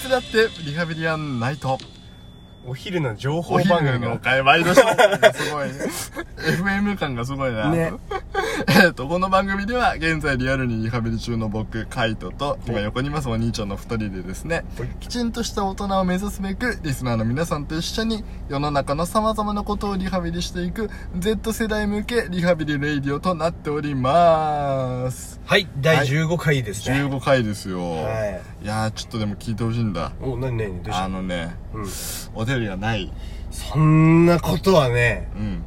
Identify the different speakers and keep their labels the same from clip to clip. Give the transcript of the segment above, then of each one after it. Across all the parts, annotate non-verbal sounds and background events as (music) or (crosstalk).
Speaker 1: つだってリハビリアンナイト。
Speaker 2: お昼の情報
Speaker 1: お
Speaker 2: 番
Speaker 1: 昼
Speaker 2: 組
Speaker 1: の
Speaker 2: が
Speaker 1: 会ワイドショー。 (laughs) すごい。FM 感がすごいな。
Speaker 2: ね
Speaker 1: えっと、この番組では現在リアルにリハビリ中の僕、カイトと、今横にいますお兄ちゃんの二人でですね、きちんとした大人を目指すべく、リスナーの皆さんと一緒に世の中の様々なことをリハビリしていく、Z 世代向けリハビリレイディオとなっております。
Speaker 2: はい第15回ですね
Speaker 1: 15回ですよ。、
Speaker 2: はい
Speaker 1: やー、ちょっとでも聞いてほしいんだ。
Speaker 2: お何何どうし
Speaker 1: あ
Speaker 2: た
Speaker 1: のね、
Speaker 2: うん
Speaker 1: お便りがない。
Speaker 2: そんなことはね
Speaker 1: うん。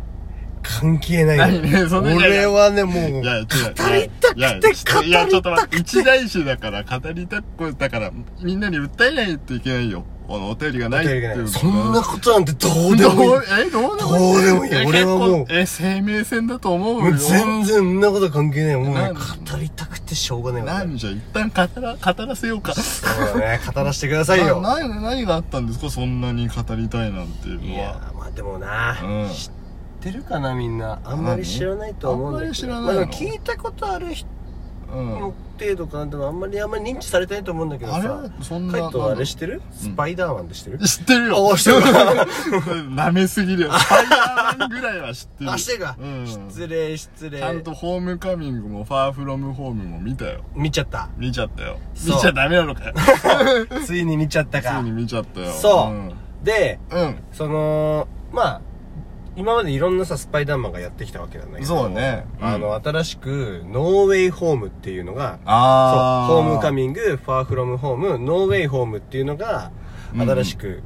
Speaker 2: 関係な
Speaker 1: (laughs)
Speaker 2: い
Speaker 1: 何
Speaker 2: よ
Speaker 1: ね、そんなに
Speaker 2: 俺はねもう
Speaker 1: いや、違う。
Speaker 2: 語りたくて
Speaker 1: いやいやちょっといや、ちょっと待っ
Speaker 2: 語りたく
Speaker 1: て。
Speaker 2: て
Speaker 1: 一大事だから、語りたく、だから、みんなに訴えないといけないよ。このお便りがないっていう。
Speaker 2: そんな
Speaker 1: こ
Speaker 2: ことなんてど
Speaker 1: と
Speaker 2: うで
Speaker 1: ど、
Speaker 2: もいいう
Speaker 1: え、どうでも
Speaker 2: どうでもいい
Speaker 1: や
Speaker 2: 俺はもう
Speaker 1: 結構え、生命線だと思う
Speaker 2: も
Speaker 1: よ
Speaker 2: う。全然そんなこと関係ないもうね
Speaker 1: なん
Speaker 2: 語りたくてしょうがないわ
Speaker 1: なんじゃ、一旦語ら、語らせようか。
Speaker 2: そうだね語らせてくださいよ
Speaker 1: な何、何があったんですかそんなに語りたいなんていう
Speaker 2: い
Speaker 1: の
Speaker 2: や
Speaker 1: は。
Speaker 2: ーまあでもな、
Speaker 1: うん
Speaker 2: 知ってるかなみんなあんまり知らないとは思うんだけど
Speaker 1: あんまり知らないの
Speaker 2: まあでも聞いたことある人
Speaker 1: うん
Speaker 2: の。程度かなでもあんまりあんまり認知されてないと思うんだけど
Speaker 1: あれ
Speaker 2: さ
Speaker 1: そん
Speaker 2: カ
Speaker 1: な。
Speaker 2: イトあれ知ってるスパイダーマンで知ってる、
Speaker 1: 知ってるよ。
Speaker 2: あ知ってる
Speaker 1: (laughs) 舐めすぎるよ。スパイダーマンぐらいは知ってる。
Speaker 2: あ知ってるか、
Speaker 1: うん
Speaker 2: 失礼失礼
Speaker 1: ちゃんとホームカミングもファーフロムホームも見たよ。
Speaker 2: 見ちゃった
Speaker 1: 見ちゃったよ。見
Speaker 2: そう
Speaker 1: ちゃダメなの
Speaker 2: (laughs)
Speaker 1: かよ。
Speaker 2: ついに見ちゃった
Speaker 1: (laughs) つい
Speaker 2: か
Speaker 1: に見ちゃったよ。
Speaker 2: そう
Speaker 1: うん。
Speaker 2: で
Speaker 1: うん。
Speaker 2: そのまあ今までいろんなさスパイダーマンがやってきたわけなんだけど
Speaker 1: そうねうん
Speaker 2: あの新しくノーウェイホームっていうのがそう
Speaker 1: あー。
Speaker 2: ホームカミング、ファーフロムホーム、ノーウェイホームっていうのが、
Speaker 1: うん
Speaker 2: 新しく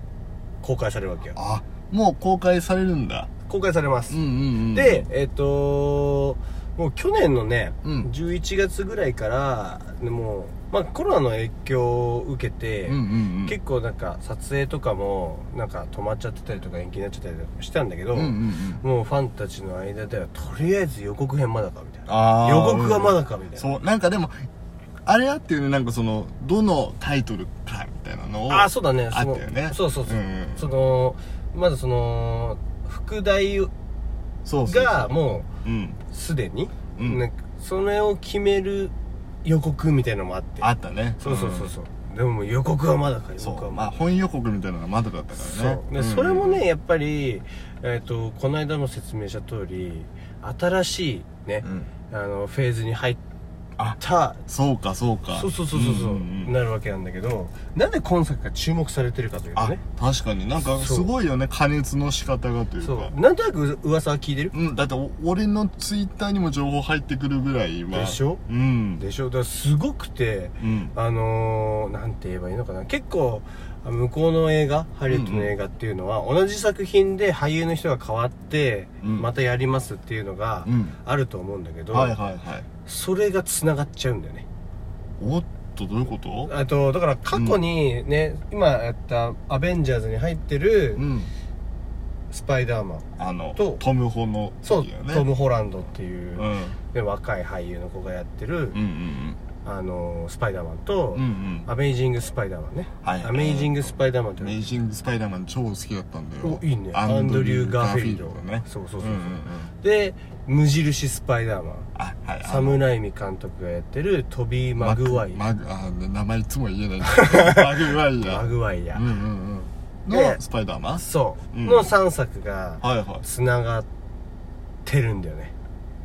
Speaker 2: 公開されるわけよ。
Speaker 1: あ、もう公開されるんだ。
Speaker 2: 公開されま
Speaker 1: う
Speaker 2: す。
Speaker 1: んうんうん。
Speaker 2: で、、えっ、ともう去年のね、
Speaker 1: うん
Speaker 2: 11月ぐらいから、でもう、まあコロナの影響を受けて、
Speaker 1: うんうんうん。
Speaker 2: 結構なんか撮影とかも、なんか止まっちゃってたりとか延期になっちゃったりとかしたんだけど、
Speaker 1: うんうんうん。
Speaker 2: もうファンたちの間では、とりあえず予告編まだかみたいな。
Speaker 1: あー
Speaker 2: 予告がまだかみたいな。
Speaker 1: そう、なんかでも、あれあっていうね、なんかその、どのタイトルかみたいなのを。
Speaker 2: ああそうだね
Speaker 1: あ
Speaker 2: その
Speaker 1: ったよね
Speaker 2: そうそうそう、
Speaker 1: うんうん
Speaker 2: そのまずその副題
Speaker 1: そうそうそう。
Speaker 2: がも
Speaker 1: う、ん。
Speaker 2: うすでに、
Speaker 1: うん
Speaker 2: なんかそれを決める予告みたいのもあって
Speaker 1: あったね。
Speaker 2: そうそうそう
Speaker 1: うん。
Speaker 2: そう、でももう予告はまだか予
Speaker 1: そ
Speaker 2: 告
Speaker 1: う、
Speaker 2: は
Speaker 1: ま
Speaker 2: ま
Speaker 1: あ
Speaker 2: だ
Speaker 1: 本予告みたいなのがまだだったからね
Speaker 2: そ。うでそれもね、やっぱり、えっとこの間も説明した通り新しいね
Speaker 1: う、ん。
Speaker 2: あのフェーズに入った
Speaker 1: そうか、そうか。
Speaker 2: そうそうそうそうそう、
Speaker 1: んんん
Speaker 2: なるわけなんだけどなんで今作が注目されてるかというと
Speaker 1: あ
Speaker 2: ね、
Speaker 1: 確かになんかすごいよね、加熱の仕方がという
Speaker 2: そ
Speaker 1: か。
Speaker 2: うなんとなく噂は聞いてる
Speaker 1: うん、だってお俺のツイッターにも情報入ってくるぐらい今。
Speaker 2: でしょ
Speaker 1: うん。
Speaker 2: でしょだからすごくて
Speaker 1: うん。
Speaker 2: あのー、なんて言えばいいのかな結構あ向こうの映画ハリウッドの映画っていうのは、同じ作品で俳優の人が変わって、
Speaker 1: うん
Speaker 2: またやりますっていうのが
Speaker 1: うん。
Speaker 2: あると思うんだけど、
Speaker 1: はいはいはい。
Speaker 2: それが繋がっちゃうんだよね
Speaker 1: おっと、どういうこと
Speaker 2: あとだから過去にね、今やった「アベンジャーズ」に入ってる
Speaker 1: うん。
Speaker 2: スパイダーマン
Speaker 1: あの
Speaker 2: と、
Speaker 1: トムホの
Speaker 2: そう、
Speaker 1: 時だよね。
Speaker 2: トム・ホランドっていうう、
Speaker 1: ん。うん
Speaker 2: ね若い俳優の子がやってる、
Speaker 1: うん
Speaker 2: あのースパイダーマンと、
Speaker 1: うん。うんうん。
Speaker 2: アメイジング・スパイダーマンね、
Speaker 1: はいはい
Speaker 2: アメイジング・スパイダーマンって
Speaker 1: メイジングスパイダーマン超好きだったんだよ
Speaker 2: お。いいねアンドリュー・ガーフィールド
Speaker 1: ね。
Speaker 2: そうそうそううんそ
Speaker 1: うん
Speaker 2: う、
Speaker 1: うん。
Speaker 2: で無印スパイダーマン
Speaker 1: あ、はい。
Speaker 2: サムライミ監督がやってるトビー・マグワイ
Speaker 1: マ
Speaker 2: マ
Speaker 1: グ、あ、名前いつも言
Speaker 2: (laughs)
Speaker 1: えない。マグワイヤー。
Speaker 2: グワイヤ、
Speaker 1: うんうんうん。
Speaker 2: で
Speaker 1: の、スパイダーマン
Speaker 2: そう、
Speaker 1: うん
Speaker 2: の3作が
Speaker 1: はいはい。
Speaker 2: つながってるんだよね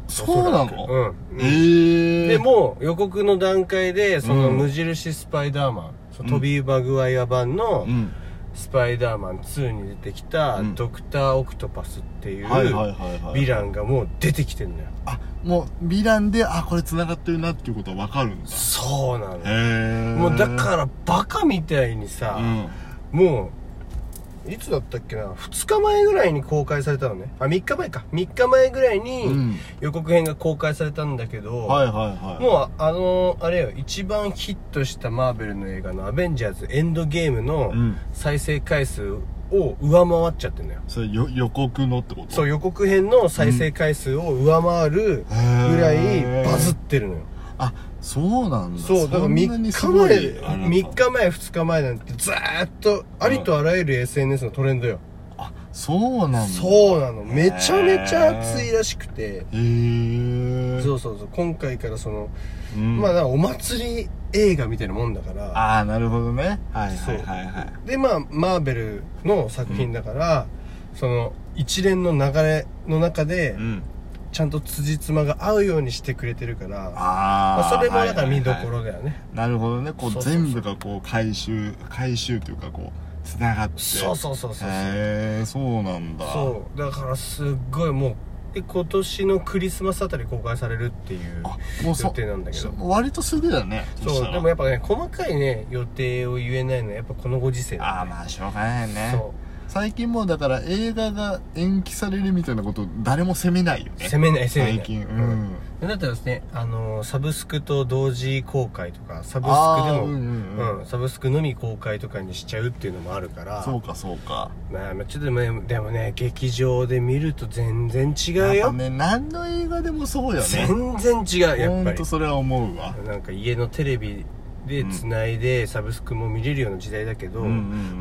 Speaker 1: そうな
Speaker 2: おそらく
Speaker 1: の
Speaker 2: うん、
Speaker 1: ええ。
Speaker 2: で、もう予告の段階でその
Speaker 1: うん
Speaker 2: 無印スパイダーマン、その
Speaker 1: うん
Speaker 2: トビー・マグワイア版の
Speaker 1: うん。
Speaker 2: スパイダーマン2に出てきた
Speaker 1: うん
Speaker 2: ドクター・オクトパスっていう
Speaker 1: はいはい
Speaker 2: ヴ
Speaker 1: はいはい。
Speaker 2: ィランがもう出てきてんだよ
Speaker 1: あ、もう、ヴィランで、あ、これ繋がってるなっていうことはわかるんだ。
Speaker 2: そうなの
Speaker 1: へえ。
Speaker 2: もうだからバカみたいにさ、
Speaker 1: うん。
Speaker 2: もういつだったっけな2日前ぐらいに公開されたのねあ3日前か3日前ぐらいうに
Speaker 1: ん。
Speaker 2: 予告編が公開されたんだけど、
Speaker 1: はいはいはい。
Speaker 2: もうあのあれよ一番ヒットしたマーベルの映画の「アベンジャーズエンドゲーム」の
Speaker 1: うん。
Speaker 2: 再生回数を上回っちゃってんのよ
Speaker 1: それ、よ、予告のってこと
Speaker 2: そう予告編の再生回数を上回る
Speaker 1: へー
Speaker 2: ぐらいバズってるのよ、
Speaker 1: あ、そうなんだ。
Speaker 2: そうだから
Speaker 1: そんな
Speaker 2: 3
Speaker 1: に
Speaker 2: 日
Speaker 1: すご
Speaker 2: 前
Speaker 1: いあれなんだ
Speaker 2: 3日前2日前なんてずーっとありとあらゆる SNS のトレンドよ、
Speaker 1: あ、そうなんだ
Speaker 2: そうなのめちゃめちゃ暑いらしく
Speaker 1: へ
Speaker 2: て
Speaker 1: え
Speaker 2: そうそうそう今回からその、
Speaker 1: うん
Speaker 2: まあだからお祭り映画みたいなもんだから
Speaker 1: ああなるほどねはいはいはいはい
Speaker 2: でまあマーベルの作品だから、その一連の流れの中で
Speaker 1: ん
Speaker 2: ちゃんと辻褄が合うようにしてくれてるから、ま
Speaker 1: あ
Speaker 2: あ、
Speaker 1: あ
Speaker 2: それもだから見ど
Speaker 1: は
Speaker 2: こ
Speaker 1: いはいは
Speaker 2: ろだよね、
Speaker 1: いなるほどねこ
Speaker 2: そううそうそう
Speaker 1: 全部がこう回収回収というかこうつながって
Speaker 2: そうそうそうそうそう
Speaker 1: へえそうなんだ
Speaker 2: そうだからすっごいもうで今年のクリスマスあたり公開されるっていう
Speaker 1: あもうそ
Speaker 2: 予定なんだけど
Speaker 1: う割とすぐだねした
Speaker 2: そう
Speaker 1: ら
Speaker 2: でもやっぱね細かいね予定を言えないのはやっぱこのご時世
Speaker 1: ああ
Speaker 2: だね
Speaker 1: まあしょうがないよね
Speaker 2: そ
Speaker 1: 最近もうだから映画が延期されるみたいなこと誰も責めないよ
Speaker 2: う
Speaker 1: ね
Speaker 2: 攻めない攻めない
Speaker 1: 最近うん
Speaker 2: だったらですねあのーサブスクと同時公開とかサブスクで
Speaker 1: あ
Speaker 2: も
Speaker 1: ーうんうんうん
Speaker 2: うんサブスクのみ公開とかにしちゃうっていうのもあるから
Speaker 1: そうかそうか
Speaker 2: まあまあちょっとねでもね劇場で見ると全然違う
Speaker 1: やっ
Speaker 2: よ、
Speaker 1: ぱね何の映画でもそうよね
Speaker 2: 全然違うやっぱ
Speaker 1: 本
Speaker 2: り
Speaker 1: 当それは思うわ
Speaker 2: なんか家のテレビでつないでサブスクも見れるような時代だけど、
Speaker 1: うんうんう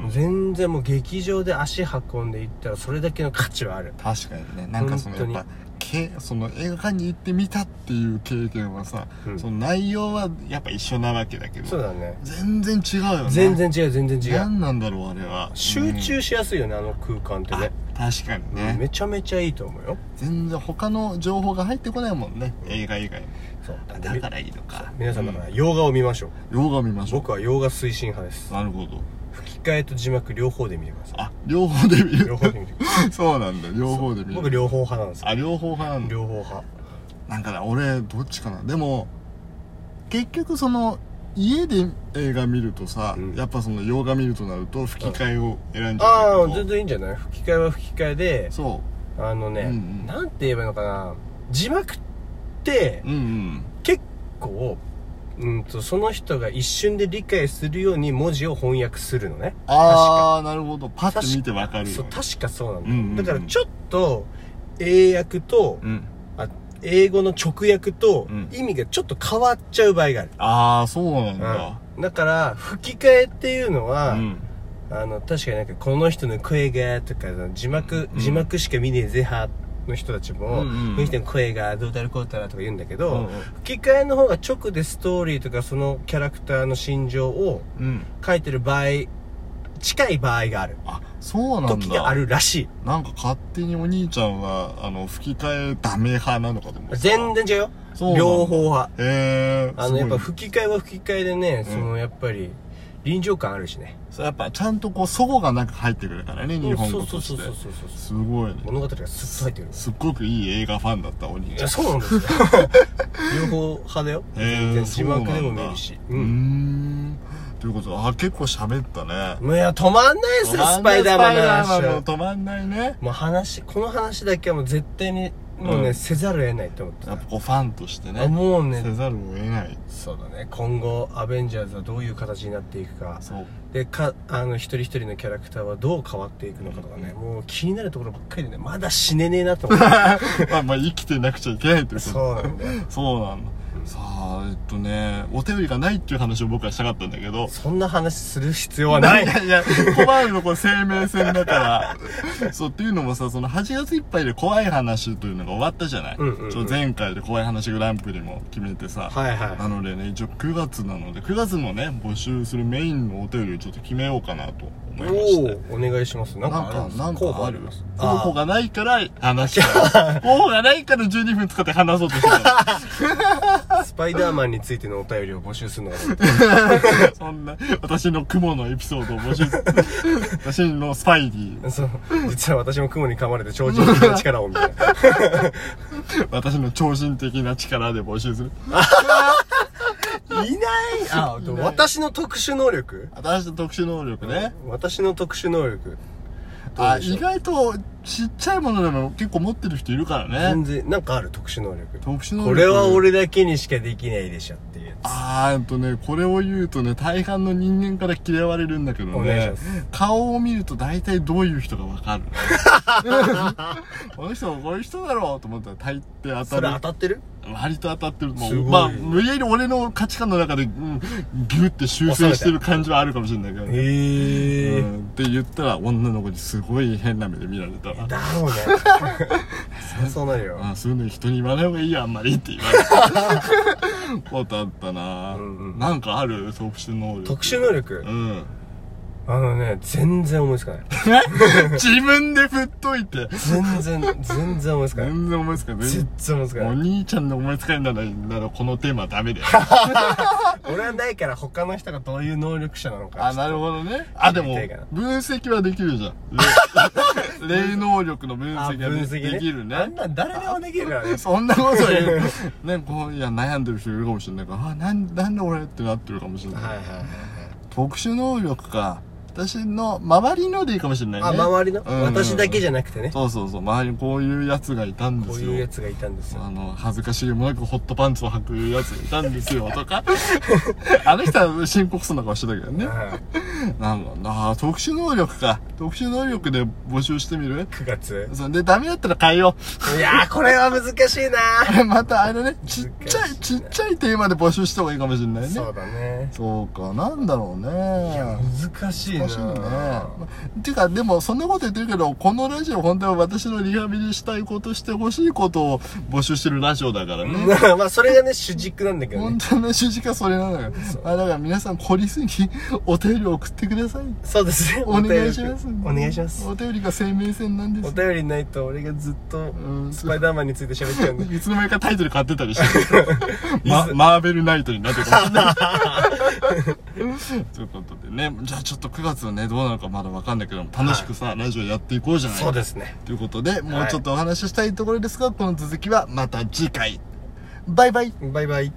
Speaker 1: ん
Speaker 2: 全然もう劇場で足運んでいったらそれだけの価値はある
Speaker 1: 確かにねなんかそのやっ
Speaker 2: 本当
Speaker 1: ぱ
Speaker 2: に
Speaker 1: けその映画館に行ってみたっていう経験はさ、
Speaker 2: うん
Speaker 1: その内容はやっぱ一緒なわけだけ
Speaker 2: そう
Speaker 1: ど
Speaker 2: だね
Speaker 1: 全然違うよね
Speaker 2: 全然違う全然違う
Speaker 1: 何なんだろうあれは
Speaker 2: 集中しやすいよねあの空間って
Speaker 1: うんあ
Speaker 2: ね
Speaker 1: 確かにね、
Speaker 2: めちゃめちゃいいと思うよ
Speaker 1: 全然他の情報が入ってこないもんね映画以外
Speaker 2: そう
Speaker 1: だからいいのか
Speaker 2: 皆さんだから
Speaker 1: う
Speaker 2: 洋画を見ましょう、
Speaker 1: 洋画見ましょ
Speaker 2: 僕は洋画推進派です
Speaker 1: うなるほど
Speaker 2: 吹き替えと字幕両方で見てくださ
Speaker 1: あ両方で見
Speaker 2: い
Speaker 1: る
Speaker 2: 両方で見てくださ
Speaker 1: (laughs)
Speaker 2: い
Speaker 1: そうなんだ両方で見る
Speaker 2: 僕両方派なんですよ
Speaker 1: あ両方派なんだ
Speaker 2: 両方派
Speaker 1: なんかな俺どっちかなでも結局その家で映画見るとさ、
Speaker 2: うん
Speaker 1: やっぱその洋画見るとなると吹き替えを選んじゃ
Speaker 2: あ
Speaker 1: う
Speaker 2: あ
Speaker 1: んだけ
Speaker 2: 全
Speaker 1: ど
Speaker 2: 然いいんじゃない吹き替えは吹き替えで
Speaker 1: そ
Speaker 2: あのね、
Speaker 1: うんうん
Speaker 2: なんて言えばいいのかな字幕って
Speaker 1: ううんうん
Speaker 2: 結構、うん、とその人が一瞬で理解するように文字を翻訳するのね
Speaker 1: ああなるほどパッと見てわかる
Speaker 2: そ
Speaker 1: よ
Speaker 2: う
Speaker 1: ね
Speaker 2: 確かそうなの、
Speaker 1: うんうんうん
Speaker 2: だからちょっと英訳と、
Speaker 1: うん
Speaker 2: あ英語の直訳と
Speaker 1: うん
Speaker 2: 意味がちょっと変わっちゃう場合がある、
Speaker 1: ああそうなん
Speaker 2: うん
Speaker 1: だ
Speaker 2: だから吹き替えっていうの
Speaker 1: う
Speaker 2: は、
Speaker 1: ん
Speaker 2: あの確かになんかこの人の声がとか字幕、
Speaker 1: うん
Speaker 2: 字幕しか見ねえぜ派の人たちも、
Speaker 1: うんうん
Speaker 2: この人の声がどうだろうこうだろうとか言うんだけど、
Speaker 1: うんうん
Speaker 2: 吹き替えの方が直でストーリーとかそのキャラクターの心情を
Speaker 1: うん
Speaker 2: 書いてる場合近い場合がある
Speaker 1: あそうなんだ
Speaker 2: 時があるらしい
Speaker 1: なんか勝手にお兄ちゃんはあの吹き替えダメ派なのかと思ってた
Speaker 2: 全然違うよ
Speaker 1: そうなんだ
Speaker 2: 両方派
Speaker 1: へえ
Speaker 2: あのやっぱ吹き替えは吹き替えでね、
Speaker 1: うん
Speaker 2: そのやっぱり臨場感あるしね
Speaker 1: そうやっぱちゃんとこう祖語がなんか入ってくるからね日本
Speaker 2: そ
Speaker 1: 語
Speaker 2: うそ
Speaker 1: と
Speaker 2: うそ
Speaker 1: し
Speaker 2: うそ
Speaker 1: て
Speaker 2: うそうそう
Speaker 1: すごいね
Speaker 2: 物語がスッと入ってくる
Speaker 1: すっごくいい映画ファンだったお兄
Speaker 2: い
Speaker 1: ちゃ
Speaker 2: や
Speaker 1: ん
Speaker 2: そうな
Speaker 1: (laughs)
Speaker 2: んですよ両方派だよ
Speaker 1: へー
Speaker 2: 全然字幕でも見るし
Speaker 1: うーんということであ結構喋ったね
Speaker 2: もういや止まんないですよスパイダーマンの
Speaker 1: スパイダー
Speaker 2: 話
Speaker 1: マン
Speaker 2: は
Speaker 1: の止まんないね
Speaker 2: もう話この話だけはもう絶対にもうね、
Speaker 1: うん
Speaker 2: せざるを得ないと思って
Speaker 1: や
Speaker 2: た、
Speaker 1: っぱこうファンとして
Speaker 2: あ
Speaker 1: ね
Speaker 2: もうね
Speaker 1: せざるを得ない
Speaker 2: そうだね今後アベンジャーズはどういう形になっていくか
Speaker 1: そう (laughs)
Speaker 2: でかあの一人一人のキャラクターはどう変わっていくのかとかね、もう気になるところばっかりでねまだ死ねねえな
Speaker 1: (laughs)
Speaker 2: と思って
Speaker 1: まあまあ生きてなくちゃいけないということ
Speaker 2: そうなんだよ
Speaker 1: そうなんださあえっとねお手売りがないっていう話を僕はしたかったんだけど
Speaker 2: そんな話する必要はな
Speaker 1: (laughs)
Speaker 2: い
Speaker 1: いやいや、怖いのこれ生命線だから。そう、っていうのもさ、その8月いっぱいで怖い話というのが終わったじゃない、
Speaker 2: うんうんうん
Speaker 1: そう前回で怖い話グランプリも決めてさ。
Speaker 2: はいはい
Speaker 1: なのでね、一応9月なので、9月もね、募集するメインのお便りをちょっと決めようかなと思いまし
Speaker 2: お
Speaker 1: て。
Speaker 2: おお願いしますなん
Speaker 1: な
Speaker 2: かありま
Speaker 1: ん
Speaker 2: す
Speaker 1: か、なん
Speaker 2: 候
Speaker 1: か
Speaker 2: 補
Speaker 1: あ
Speaker 2: あり
Speaker 1: る
Speaker 2: ます
Speaker 1: 候補
Speaker 2: あ
Speaker 1: がないから話したい。候補がないから12分使って話そうとしてた。
Speaker 2: ースパイダーマンについてのお便りを募集するのが
Speaker 1: そんな、私の雲のエピソードを募
Speaker 2: (laughs)
Speaker 1: 集する。私のスパイディ
Speaker 2: そう実は私も雲に噛まれて超人的な力をみたいな
Speaker 1: 私の超人的な力で募集する。
Speaker 2: いないあ
Speaker 1: いない
Speaker 2: 私の特殊能力
Speaker 1: 私の特殊能力ね。
Speaker 2: 私の特殊能力どう
Speaker 1: あ、
Speaker 2: でしょう
Speaker 1: 意外とちっちゃいものでも結構持ってる人いるから
Speaker 2: 全
Speaker 1: ね。
Speaker 2: 然なんかある特殊能力
Speaker 1: 特殊能力。
Speaker 2: これは。俺だけにしかできないでしょっていう
Speaker 1: あーえっとね、これを言うとね、大半の人間から嫌われるんだけど
Speaker 2: お願いし
Speaker 1: ね
Speaker 2: ます。
Speaker 1: 顔を見ると大体どういう人がわかる (laughs) この人はこういう人だろうと思ったら大抵当
Speaker 2: それ
Speaker 1: た
Speaker 2: 当
Speaker 1: る。
Speaker 2: たってる
Speaker 1: 割と当たってる。も
Speaker 2: す
Speaker 1: う、
Speaker 2: ごい
Speaker 1: まあ、無理やり俺の価値観の中で、うん、ギュって修正してる感じはあるかもしれないけど。
Speaker 2: へ
Speaker 1: う
Speaker 2: え
Speaker 1: んって言ったら、女の子にすごい変な目で見られたわ。
Speaker 2: だろう
Speaker 1: (laughs)
Speaker 2: ねそりゃそうなるよ
Speaker 1: あそういうの人に言わない方がいいよ、あんまりって言われ
Speaker 2: (laughs)
Speaker 1: たことあったな、
Speaker 2: うんうん
Speaker 1: なんかある特殊能力。
Speaker 2: 特殊能力
Speaker 1: うん。 (laughs)
Speaker 2: あのね全然思いつかない
Speaker 1: 自分で振っといて。
Speaker 2: 全然
Speaker 1: (laughs)
Speaker 2: 全然思いつかない
Speaker 1: 全然思いつかない。
Speaker 2: 全然思いつか
Speaker 1: お
Speaker 2: ない
Speaker 1: 兄ちゃんの思いつかないなら、ならこのテーマはダ
Speaker 2: (laughs)
Speaker 1: メだよ。
Speaker 2: 俺はないから他の人がどういう能力者なのか
Speaker 1: あ、なるほどね。あ、でも
Speaker 2: 知りたいから、
Speaker 1: 分析はできる
Speaker 2: (laughs)
Speaker 1: じゃん。霊霊能力の分析
Speaker 2: あ
Speaker 1: はで
Speaker 2: 分析ね
Speaker 1: できるね。
Speaker 2: あんなん誰でもできるからね
Speaker 1: そんなこと言う。ね、こう、いや、悩んでる人いるかもしれないから、あ、なん、なんで俺ってなってるかもしれない。
Speaker 2: はいはいはい
Speaker 1: 特殊能力か。私の、周りのでいいかもしれないね。
Speaker 2: あ周りの
Speaker 1: うん
Speaker 2: 私だけじゃなくてね
Speaker 1: そうそうそう、周りにこういうやつがいたんで
Speaker 2: こう
Speaker 1: すよ。
Speaker 2: いうやつがいたんですよ
Speaker 1: あの、恥ずかしげもなくホットパンツを履くやつがいたんです
Speaker 2: (laughs)
Speaker 1: よ、とか。あの人は深刻そうな顔してたけど
Speaker 2: (laughs)
Speaker 1: ね。
Speaker 2: 9
Speaker 1: なんか、なあ、特殊能力か。特殊能力で募集してみる
Speaker 2: 月
Speaker 1: それで、ダメだったら変えよう。
Speaker 2: いやーこれは難しいな
Speaker 1: (laughs) また、あれね、ちっちゃ
Speaker 2: 難しい
Speaker 1: い、
Speaker 2: な
Speaker 1: ちっちゃいテーマで募集した方がいいかもしれないね。
Speaker 2: そうだね
Speaker 1: そうか、なんだろうね。
Speaker 2: 難しい
Speaker 1: 難
Speaker 2: な
Speaker 1: しいね。まていうか、でも、そんなこと言ってるけど、このラジオ、本当は私のリハビリしたいこと、してほしいことを募集してるラジオだからね。
Speaker 2: (laughs) まあそれがね主軸なんだけど
Speaker 1: 本
Speaker 2: ね
Speaker 1: 当の主軸はそれなのよ。あ、だから皆さん懲りずにお便りを送ってください。
Speaker 2: そうですね
Speaker 1: お願いします。
Speaker 2: お願いします
Speaker 1: お便りが生命線なんで
Speaker 2: お
Speaker 1: す。
Speaker 2: 便りないと俺がずっと
Speaker 1: うん
Speaker 2: スパイダーマンについて喋っちゃうんで
Speaker 1: いつの間にかタイトル買ってたりして、ま、マーベルナイトになってるかもしれない。 (laughs) ということでね、じゃあちょっと9月はね、どうなるかまだわかんないけども、楽しくさ、ラジオやっていこうじゃない
Speaker 2: (laughs) そうですね
Speaker 1: ということで、もうちょっとお話ししたいところですが、この続きはまた次回。バイバイ
Speaker 2: バイバイ